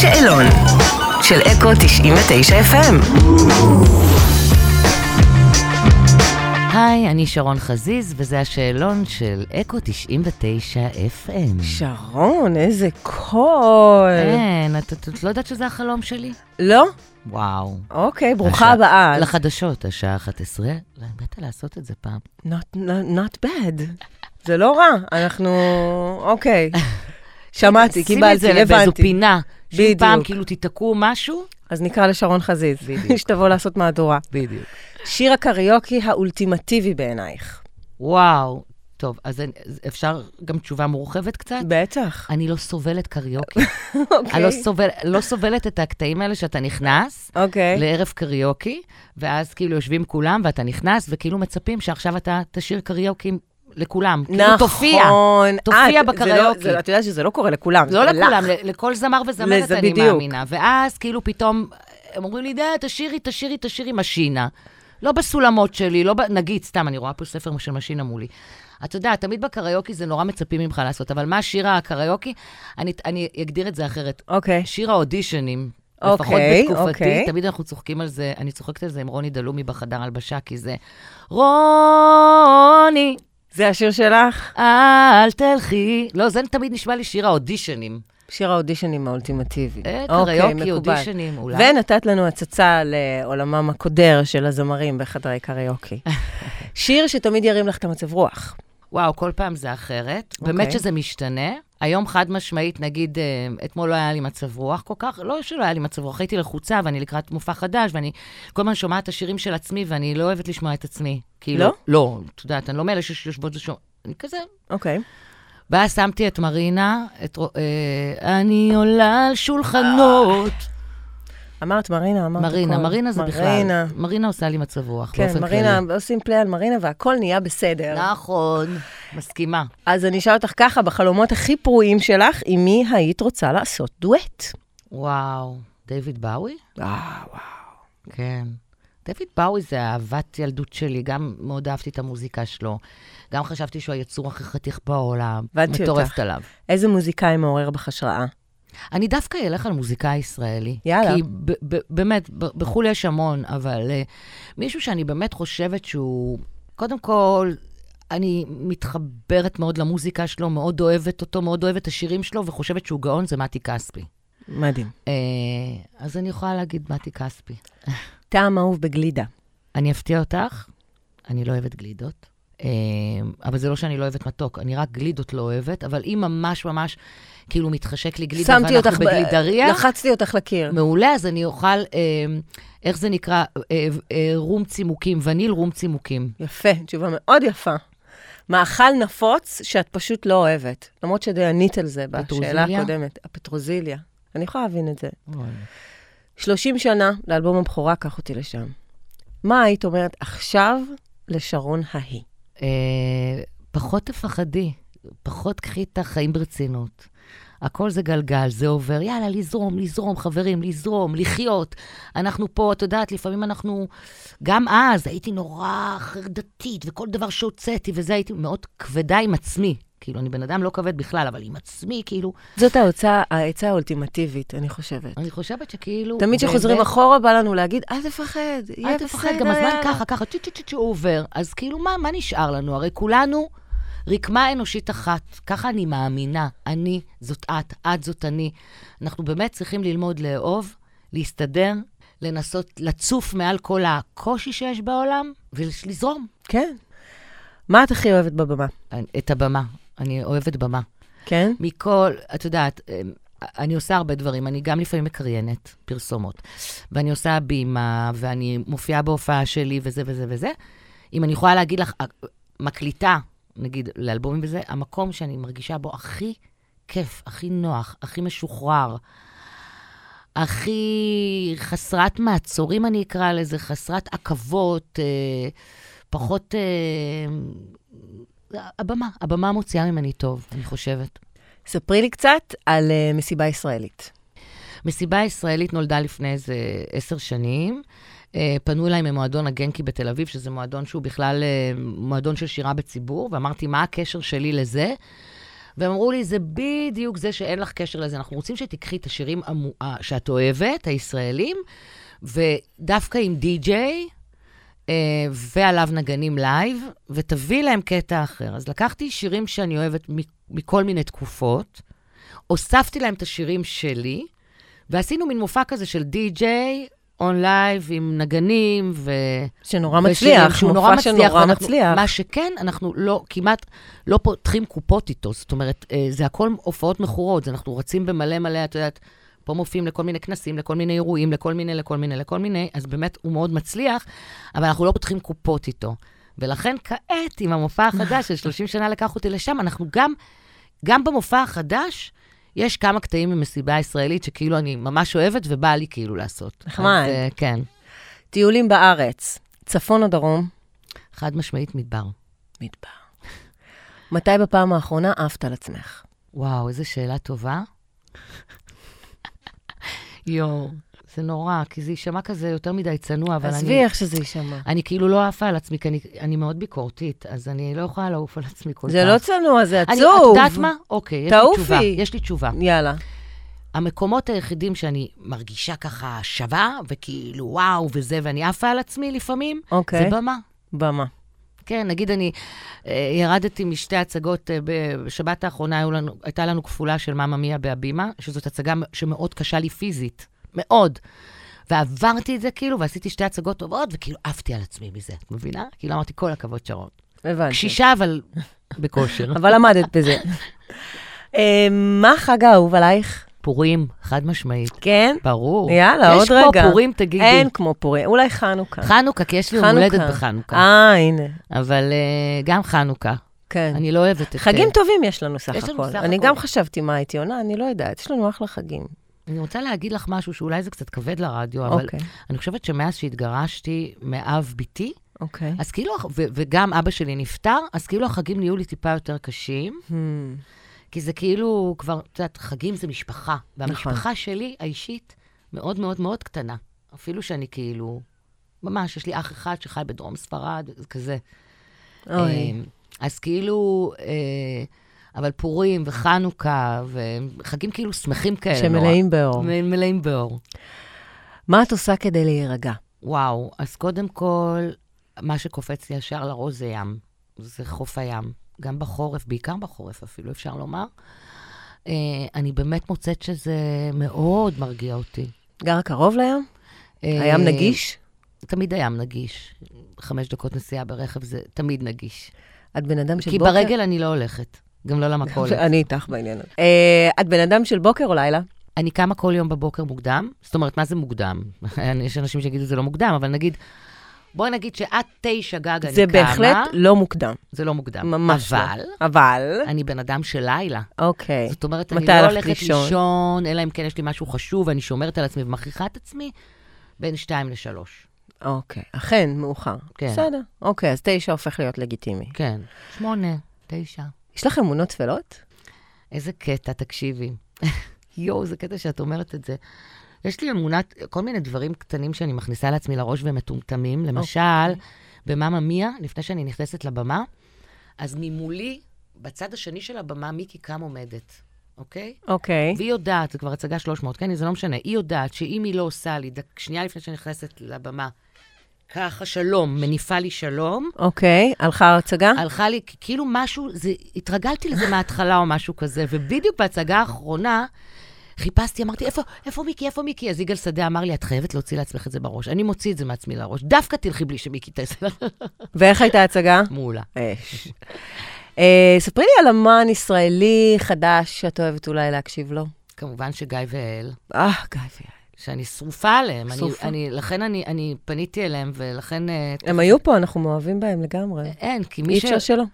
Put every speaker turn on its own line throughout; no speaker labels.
שאלון של אקו 99 FM.
היי, אני שרון חזיז, וזה השאלון של אקו 99 FM.
שרון, איזה קול.
כן, את את- את לא יודעת שזה החלום שלי?
לא?
וואו.
אוקיי, ברוכה
השעה-
הבאה.
לחדשות, השעה 11, באת לעשות את זה פעם.
Not- not- Not bad. זה לא רע, אנחנו... אוקיי. שמעתי,
שים את זה
קיבלתי,
באיזו
הבנתי.
פינה. שאם
בדיוק.
פעם כאילו תיתקעו משהו,
אז נקרא לשרון חזיז,
בדיוק.
שתבוא לעשות מהדורה.
בדיוק.
שיר הקריוקי האולטימטיבי בעינייך.
וואו. טוב, אז אני- אז אפשר גם תשובה מורחבת קצת?
בטח.
אני לא סובלת קריוקי. אני
אוקיי.
לא סובל- לא סובלת את הקטעים האלה שאתה נכנס,
אוקיי.
לערב קריוקי, ואז כאילו יושבים כולם, ואתה נכנס, וכאילו מצפים שעכשיו אתה תשאיר קריוקי לכולם. כאילו תופיע.
נכון.
תופיע
את- זה לא-
בקריוקי.
זה- את יודעת שזה לא קורה לכולם.
לא
זה
לכולם,
לך.
ל- לכל זמר וזמרת
לזה
אני
בדיוק.
מאמינה. ואז כאילו פתאום, הם אומרים לי, די, תשאירי, תשאירי, תשאירי משינה. לא בסולמות שלי, לא ב... נגיד, סתם, אני רואה פה ספר של משינה מולי. אתה יודע, תמיד בקריוקי זה נורא מצפים ממך לעשות, אבל מה שיר הקריוקי? אני, אני אגדיר את זה אחרת.
אוקיי.
שיר האודישנים,
אוקיי,
לפחות בתקופתי,
אוקיי.
תמיד אנחנו צוחקים על זה, אני צוחקת על זה עם רוני דלומי בחדר הלבשה, כי זה רוני,
זה השיר שלך?
אל תלכי. לא, זה תמיד נשמע לי שיר האודישנים.
שיר האודישנים האולטימטיבי.
אה,
אוקיי,
קריוקי,
מקובל.
אודישנים, אולי.
ונתת לנו הצצה לעולמם הקודר של הזמרים בחדרי קריוקי. שיר שתמיד ירים לך את המצב רוח.
וואו, כל פעם זה אחרת. Okay.
אוקיי.
באמת שזה משתנה. היום חד משמעית, נגיד, אה, אתמול לא היה לי מצב רוח כל כך, לא שלא היה לי מצב רוח, הייתי לחוצה ואני לקראת מופע חדש, ואני כל הזמן שומעת את השירים של עצמי, ואני לא אוהבת לשמוע את עצמי. כאילו,
לא?
לא, את יודעת, אני לא מאלה שיושבות ושומעות, אני כזה...
אוקיי.
ואז שמתי את מרינה, את... רו- אה, אני עולה על שולחנות.
אה, אמרת מרינה, אמרת
מרינה,
הכל.
מרינה זה בכלל.
מרינה.
מרינה עושה לי מצב רוח,
כן,
באופן כללי.
מרינה, אמ- עושים פליי על מרינה והכל נהיה בסדר.
נכון, מסכימה.
אז אני אשאל אותך ככה, בחלומות הכי פרועים שלך, עם מי היית רוצה לעשות דואט?
וואו, דיוויד באווי? אה,
וואו, וואו.
כן. דויד באוי זה אהבת ילדות שלי, גם מאוד אהבתי את המוזיקה שלו. גם חשבתי שהוא היצור הכי חתיך בעולם.
הבנתי
מטורפת
אותך.
עליו.
איזה מוזיקאי מעורר בך השראה?
אני דווקא אלך על מוזיקאי ישראלי.
יאללה.
כי ב- ב- באמת, ב- בחו"ל יש המון, אבל אה, מישהו שאני באמת חושבת שהוא... קודם כל, אני מתחברת מאוד למוזיקה שלו, מאוד אוהבת אותו, מאוד אוהבת את השירים שלו, וחושבת שהוא גאון, זה מתי כספי.
מדהים.
אה, אז אני יכולה להגיד מתי כספי.
טעם אהוב בגלידה.
אני אפתיע אותך, אני לא אוהבת גלידות. אה, אבל זה לא שאני לא אוהבת מתוק, אני רק גלידות לא אוהבת, אבל אם ממש ממש כאילו מתחשק לי גלידה
שמתי
ואנחנו
אותך ב-
בגלידריה,
לחצתי אותך לקיר.
מעולה, אז אני אוכל, אה, איך זה נקרא, אה, אה, רום צימוקים, וניל רום צימוקים.
יפה, תשובה מאוד יפה. מאכל נפוץ שאת פשוט לא אוהבת, למרות שדי ענית על זה בשאלה
פטרוזיליה?
הקודמת. הפטרוזיליה. אני יכולה להבין את זה. 30 שנה לאלבום הבכורה, קח אותי לשם. מה היית אומרת עכשיו לשרון ההיא?
אה, פחות תפחדי, פחות קחי את החיים ברצינות. הכל זה גלגל, זה עובר. יאללה, לזרום, לזרום, חברים, לזרום, לחיות. אנחנו פה, את יודעת, לפעמים אנחנו... גם אז הייתי נורא חרדתית, וכל דבר שהוצאתי, וזה הייתי מאוד כבדה עם עצמי. כאילו, אני בן אדם לא כבד בכלל, אבל עם עצמי, כאילו...
זאת ההוצאה- העצה האולטימטיבית, אני חושבת.
אני חושבת שכאילו...
תמיד כשחוזרים
באמת-
אחורה בא לנו להגיד, אל תפחד, יהיה בסדר,
אל תפחד, גם הזמן
יאללה."
ככה, ככה, צ'י צ'י צ'י, הוא עובר. אז כאילו, מה, מה נשאר לנו? הרי כולנו רקמה אנושית אחת. ככה אני מאמינה. אני זאת את, את זאת אני. אנחנו באמת צריכים ללמוד לאהוב, להסתדר, לנסות לצוף מעל כל הקושי שיש בעולם, ולזרום
כן. מה את הכי אוהבת בבמה?
את הבמה. אני אוהבת במה.
כן?
מכל, את יודעת, אמ, אני עושה הרבה דברים, אני גם לפעמים מקריינת פרסומות, ואני עושה בימה, ואני מופיעה בהופעה שלי, וזה וזה וזה. אם אני יכולה להגיד לך, ה- מקליטה, נגיד, לאלבומים וזה, המקום שאני מרגישה בו הכי כיף, הכי נוח, הכי משוחרר, הכי חסרת מעצורים, אני אקרא לזה, חסרת עכבות, אה, פחות... אה, הבמה, הבמה מוציאה ממני טוב, אני חושבת.
ספרי לי קצת על אה, מסיבה ישראלית.
מסיבה ישראלית נולדה לפני איזה עשר שנים. אה, פנו אליי ממועדון הגנקי בתל אביב, שזה מועדון שהוא בכלל אה, מועדון של שירה בציבור, ואמרתי, מה הקשר שלי לזה? והם אמרו לי, זה בדיוק זה שאין לך קשר לזה. אנחנו רוצים שתיקחי את השירים המו- ה- שאת אוהבת, הישראלים, ודווקא עם די-ג'יי, אה, ועליו נגנים לייב, ותביא להם קטע אחר. אז לקחתי שירים שאני אוהבת מ- מכל מיני תקופות, הוספתי להם את השירים שלי, ועשינו מין מופע כזה של די-ג'יי, און לייב עם נגנים ו...
שנורא
ושירים
מצליח,
שהוא
מופע שנורא
ואנחנו-
מצליח.
מה שכן, אנחנו לא, כמעט לא פותחים קופות איתו. זאת אומרת, אה, זה הכל הופעות מכורות, זה אנחנו רצים במלא מלא, את יודעת, פה מופיעים לכל מיני כנסים, לכל מיני אירועים, לכל מיני, לכל מיני, לכל מיני, אז באמת הוא מאוד מצליח, אבל אנחנו לא פותחים קופות איתו. ולכן כעת, עם המופע החדש של 30 שנה לקח אותי לשם, אנחנו גם, גם במופע החדש, יש כמה קטעים ממסיבה ישראלית שכאילו אני ממש אוהבת ובא לי כאילו לעשות.
נחמד.
אז, אה, כן,
טיולים בארץ, צפון או דרום?
חד משמעית מדבר.
מדבר. מתי בפעם האחרונה עפת על עצמך?
וואו, איזו שאלה טובה. יואו, זה נורא, כי זה יישמע כזה יותר מדי צנוע, אבל
עזבי
אני...
איך שזה יישמע.
אני כאילו לא עפה על עצמי, כי אני, אני מאוד ביקורתית, אז אני לא יכולה לעוף על עצמי כל
זה
פעם.
לא צנוע, זה עצוב.
אני, את יודעת מה? אוקיי, יש לי
תעופי.
תשובה. יש לי תשובה.
יאללה.
המקומות היחידים שאני מרגישה ככה שווה, וכאילו וואו וזה, ואני עפה על עצמי לפעמים,
אוקיי.
זה במה.
במה.
כן, נגיד אני אה, ירדתי משתי הצגות, אה, בשבת האחרונה היו לנו, הייתה לנו כפולה של מאמא מיה בהבימה, שזאת הצגה מ- שמאוד קשה לי פיזית, מאוד. ועברתי את זה כאילו, ועשיתי שתי הצגות טובות, וכאילו עפתי על עצמי מזה, את מבינה? כאילו אמרתי, כל הכבוד, שרון.
הבנתי.
קשישה, אבל בכושר.
אבל עמדת בזה. אה, מה החג האהוב עלייך?
פורים, חד משמעית.
כן?
ברור.
יאללה, עוד
יש
רגע.
פה פורים, תגידי.
אין כמו פורים, אולי חנוכה.
חנוכה, כי יש לי יום
חנוכה.
הולדת בחנוכה.
אה, הנה.
אבל אה, גם חנוכה.
כן.
אני לא אוהבת את...
חגים טובים יש לנו סך
יש לנו
הכל.
סך
אני
הכל.
גם חשבתי מה הייתי עונה, אני לא יודעת. יש לנו אחלה חגים.
אני רוצה להגיד לך משהו שאולי זה קצת כבד לרדיו, אבל
אוקיי.
אני חושבת שמאז שהתגרשתי מאב ביתי,
אוקיי.
אז כאילו, ו- וגם אבא שלי נפטר, אז כאילו החגים נהיו לי טיפה יותר קשים,
Hmm.
כי זה כאילו כבר, את יודעת, חגים זה משפחה.
נכון.
והמשפחה שלי, האישית, מאוד מאוד מאוד קטנה. אפילו שאני כאילו, ממש, יש לי אח אחד שחי בדרום ספרד, זה כזה.
אוי.
אה, אז כאילו, אה, אבל פורים וחנוכה, וחגים כאילו שמחים כאלה. נורא.
שמלאים באור.
מ- מלאים באור.
מה את עושה כדי להירגע?
וואו, אז קודם כל, מה שקופץ לי ישר לראש זה ים. זה חוף הים. גם בחורף, בעיקר בחורף אפילו, אפשר לומר. אה, אני באמת מוצאת שזה מאוד מרגיע אותי.
גרה קרוב לים?
אה,
הים נגיש?
תמיד הים נגיש. חמש דקות נסיעה ברכב זה תמיד נגיש.
את בן אדם של
כי
בוקר?
ברגל אני לא הולכת, גם לא למכולת.
אני איתך בעניין הזה. אה, את בן אדם של בוקר או לילה?
אני קמה כל יום בבוקר מוקדם, זאת אומרת, מה זה מוקדם? יש אנשים שיגידו זה לא מוקדם, אבל נגיד, בואי נגיד שעד תשע גג אני קמה.
זה בהחלט לא מוקדם.
זה לא מוקדם.
ממש לא.
אבל,
אבל,
אני בן אדם של לילה.
אוקיי.
זאת אומרת, אני
מתי
לא
הלכת
הולכת
לישון?
לישון, אלא אם כן יש לי משהו חשוב, ואני שומרת על עצמי ומכריחה את עצמי, בין שתיים לשלוש.
אוקיי. אכן, מאוחר.
כן.
בסדר. אוקיי, אז תשע הופך להיות לגיטימי.
כן. שמונה, תשע.
יש לך אמונות טפלות?
איזה קטע, תקשיבי. יואו, זה קטע שאת אומרת את זה. יש לי אמונת, כל מיני דברים קטנים שאני מכניסה לעצמי לראש והם מטומטמים.
אוקיי.
למשל, במאמא מיה, לפני שאני נכנסת לבמה, אז ממולי, בצד השני של הבמה, מיקי קם עומדת, אוקיי?
אוקיי.
והיא יודעת, זו כבר הצגה 300, כן? זה לא משנה. היא יודעת שאם היא לא עושה לי, דק, שנייה לפני שאני נכנסת לבמה, ככה שלום, מניפה לי שלום,
אוקיי, הלכה ההצגה?
הלכה לי, כ- כאילו משהו, זה, התרגלתי לזה מההתחלה או משהו כזה, ובדיוק בהצגה האחרונה, חיפשתי, אמרתי, איפה, איפה מיקי, איפה מיקי? אז יגאל שדה אמר לי, את חייבת להוציא לעצמך את זה בראש. אני מוציא את זה מעצמי לראש. דווקא תלכי בלי שמיקי תעשה לך
ואיך הייתה ההצגה?
מעולה.
אש. אה, ספרי לי על אמן ישראלי חדש שאת אוהבת אולי להקשיב לו.
כמובן שגיא והאל,
אה, גיא ויעל.
שאני שרופה עליהם.
שרופה.
שרופה. אני, אני, לכן אני, אני פניתי אליהם, ולכן... אה,
הם היו פה, אנחנו מאוהבים בהם לגמרי.
אין, כי
אי
אה, מי ש...
אפשר שלא.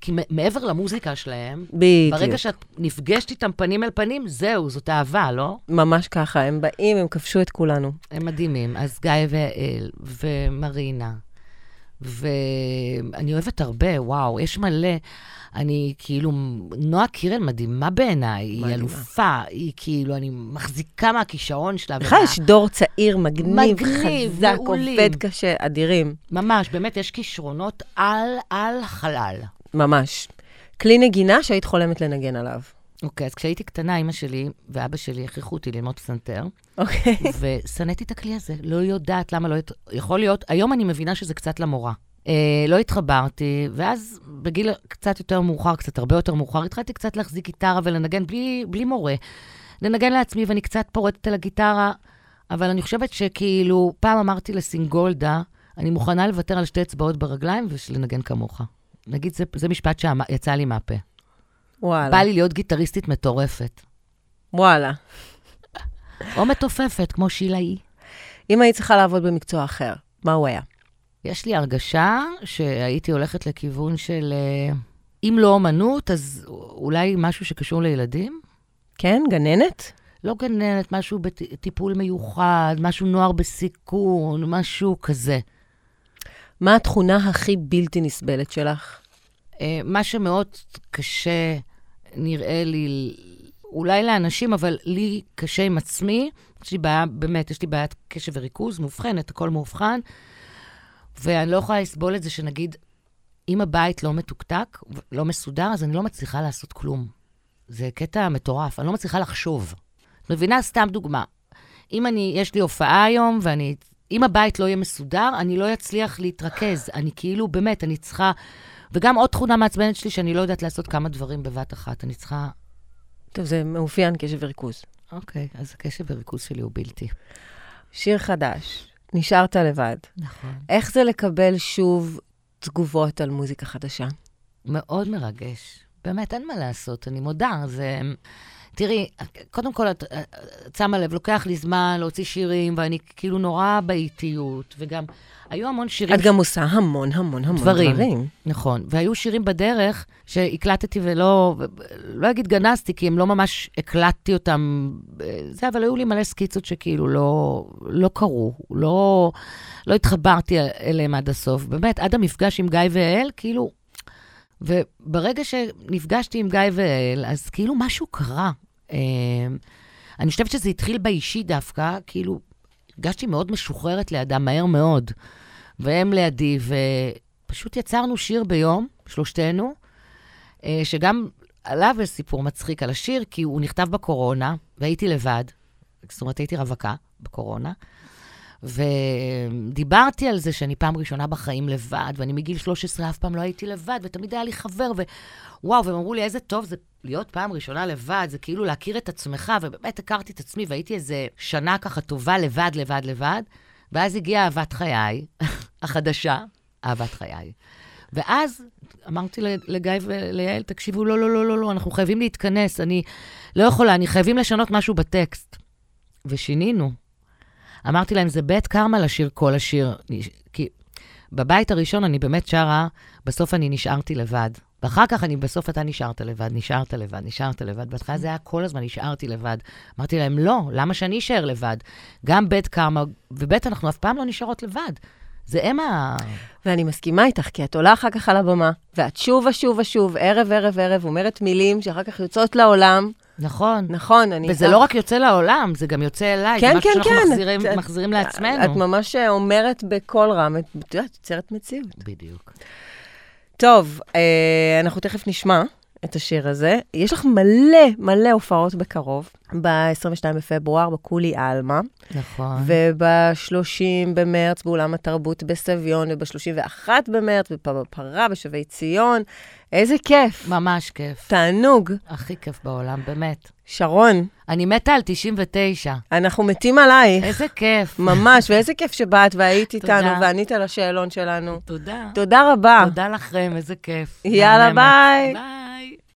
כי מ- מעבר למוזיקה שלהם, ברגע
בדיוק.
שאת נפגשת איתם פנים אל פנים, זהו, זאת אהבה, לא?
ממש ככה, הם באים, הם כבשו את כולנו.
הם מדהימים. אז גיא ויעל, ומרינה, ואני אוהבת הרבה, וואו, יש מלא. אני כאילו, נועה קירל מדהימה בעיניי, היא
מדהימה.
אלופה, היא כאילו, אני מחזיקה מהכישרון שלה.
בכלל
ומה-
יש דור צעיר, מגניב,
מגניב,
חזק,
מעולים.
עובד קשה, אדירים.
ממש, באמת, יש כישרונות על, על חלל.
ממש. כלי נגינה שהיית חולמת לנגן עליו.
אוקיי, אז כשהייתי קטנה, אימא שלי ואבא שלי הכריחו אותי ללמוד פסנתר,
אוקיי.
ושנאתי את הכלי הזה. לא יודעת למה לא... הת- יכול להיות, היום אני מבינה שזה קצת למורה. אה, לא התחברתי, ואז בגיל קצת יותר מאוחר, קצת הרבה יותר מאוחר, התחלתי קצת להחזיק גיטרה ולנגן בלי, בלי מורה. לנגן לעצמי, ואני קצת פורטת על הגיטרה, אבל אני חושבת שכאילו, פעם אמרתי לסינגולדה, אני מוכנה לוותר על שתי אצבעות ברגליים ולנגן כמוך. נגיד, זה, זה משפט שיצא לי מהפה. בא
וואלה.
לי להיות גיטריסטית מטורפת.
וואלה.
או מתופפת, כמו שילה אי.
אם היית צריכה לעבוד במקצוע אחר, מה הוא היה?
יש לי הרגשה שהייתי הולכת לכיוון של, אה, אם לא אומנות, אז אולי משהו שקשור לילדים?
כן, גננת?
לא גננת, משהו בטיפול מיוחד, משהו נוער בסיכון, משהו כזה.
מה התכונה הכי בלתי נסבלת שלך?
אה, מה שמאוד קשה, נראה לי, אולי לאנשים, אבל לי קשה עם עצמי, יש לי בעיה, באמת, יש לי בעיית קשב וריכוז, מאובחנת, הכל מאובחן, ואני לא יכולה לסבול את זה שנגיד, אם הבית לא מתוקתק, ו- לא מסודר, אז אני לא מצליחה לעשות כלום. זה קטע מטורף, אני לא מצליחה לחשוב. את מבינה? סתם דוגמה. אם אני, יש לי הופעה היום, ואני, אם הבית לא יהיה מסודר, אני לא אצליח להתרכז. אני כאילו, באמת, אני צריכה... וגם עוד תכונה מעצבנת שלי, שאני לא יודעת לעשות כמה דברים בבת אחת. אני צריכה...
טוב, זה מאופיין קשב וריכוז.
אוקיי, אז הקשב וריכוז שלי הוא בלתי.
שיר חדש, נשארת לבד.
נכון.
איך זה לקבל שוב תגובות על מוזיקה חדשה?
מאוד מרגש. באמת, אין מה לעשות, אני מודה. זה... תראי, קודם כל, את את שמה לב, לוקח לי זמן להוציא שירים, ואני כאילו נורא באיטיות, וגם היו המון שירים...
את גם עושה המון המון המון
דברים.
דברים.
נכון, והיו שירים בדרך שהקלטתי ולא, לא אגיד גנזתי, כי הם לא ממש הקלטתי אותם, אה, זה, אבל היו לי מלא סקיצות שכאילו לא, לא קרו, לא, לא התחברתי אליהם עד הסוף. באמת, עד המפגש עם גיא ויעל, כאילו, וברגע שנפגשתי עם גיא ויעל, אז כאילו משהו קרה. אה, אני חושבת שזה התחיל באישי דווקא, כאילו, הרגשתי מאוד משוחררת לידם מהר מאוד. והם לידי, ופשוט יצרנו שיר ביום, שלושתנו, אה, שגם עליו יש סיפור מצחיק על השיר, כי הוא נכתב בקורונה, והייתי לבד, זאת אומרת, הייתי רווקה בקורונה, ודיברתי על זה שאני פעם ראשונה בחיים לבד, ואני מגיל 13 אף פעם לא הייתי לבד, ותמיד היה לי חבר, ווואו, והם אמרו לי, איזה טוב זה להיות פעם ראשונה לבד, זה כאילו להכיר את עצמך, ובאמת הכרתי את עצמי, והייתי איזה שנה ככה טובה לבד, לבד, לבד, ואז הגיעה אהבת חיי, החדשה, אהבת חיי. ואז אמרתי ל- לגיא וליעל, תקשיבו, לא, לא, לא, לא, לא, אנחנו חייבים להתכנס, אני לא יכולה, אני חייבים לשנות משהו בטקסט. ושינינו. אמרתי להם, זה בית קרמה לשיר כל השיר. אני- כי בבית הראשון אני באמת שרה, בסוף אני נשארתי לבד. ואחר כך אני, בסוף אתה נשארת לבד, נשארת לבד, נשארת לבד.
כן.
בהתחלה זה היה כל הזמן, נשארתי לבד. אמרתי להם, לא, למה שאני אשאר לבד? גם בית קרמה, ובית אנחנו אף פעם לא נשארות לבד. זה הם ה...
ואני מסכימה איתך, כי את עולה אחר כך על הבמה, ואת שוב ושוב ושוב, ערב ערב ערב, אומרת מילים שאחר כך יוצאות לעולם.
נכון.
נכון, אני...
וזה לא רק יוצא לעולם, זה גם יוצא אליי.
כן,
זה משהו
כן,
שאנחנו
כן.
מחזירים,
את-
מחזירים
את
לעצמנו.
ממש אה, אומרת בקול רם, את את יודעת, יוצרת מציאות.
בדיוק.
טוב, אה, אנחנו תכף נשמע את השיר הזה. יש לך מלא מלא הופעות בקרוב, ב-22 בפברואר בקולי עלמה,
נכון.
וב-30 במרץ באולם התרבות בסביון, וב-31 במרץ בפרה בשבי ציון. איזה כיף,
ממש כיף.
תענוג.
הכי כיף בעולם, באמת.
שרון,
אני מתה על 99.
אנחנו מתים עלייך,
איזה כיף.
ממש, ואיזה כיף שבאת והיית
תודה.
איתנו וענית על השאלון שלנו.
תודה.
תודה רבה.
תודה לכם, איזה כיף.
אה. יאללה, ביי.
מהממת. ביי.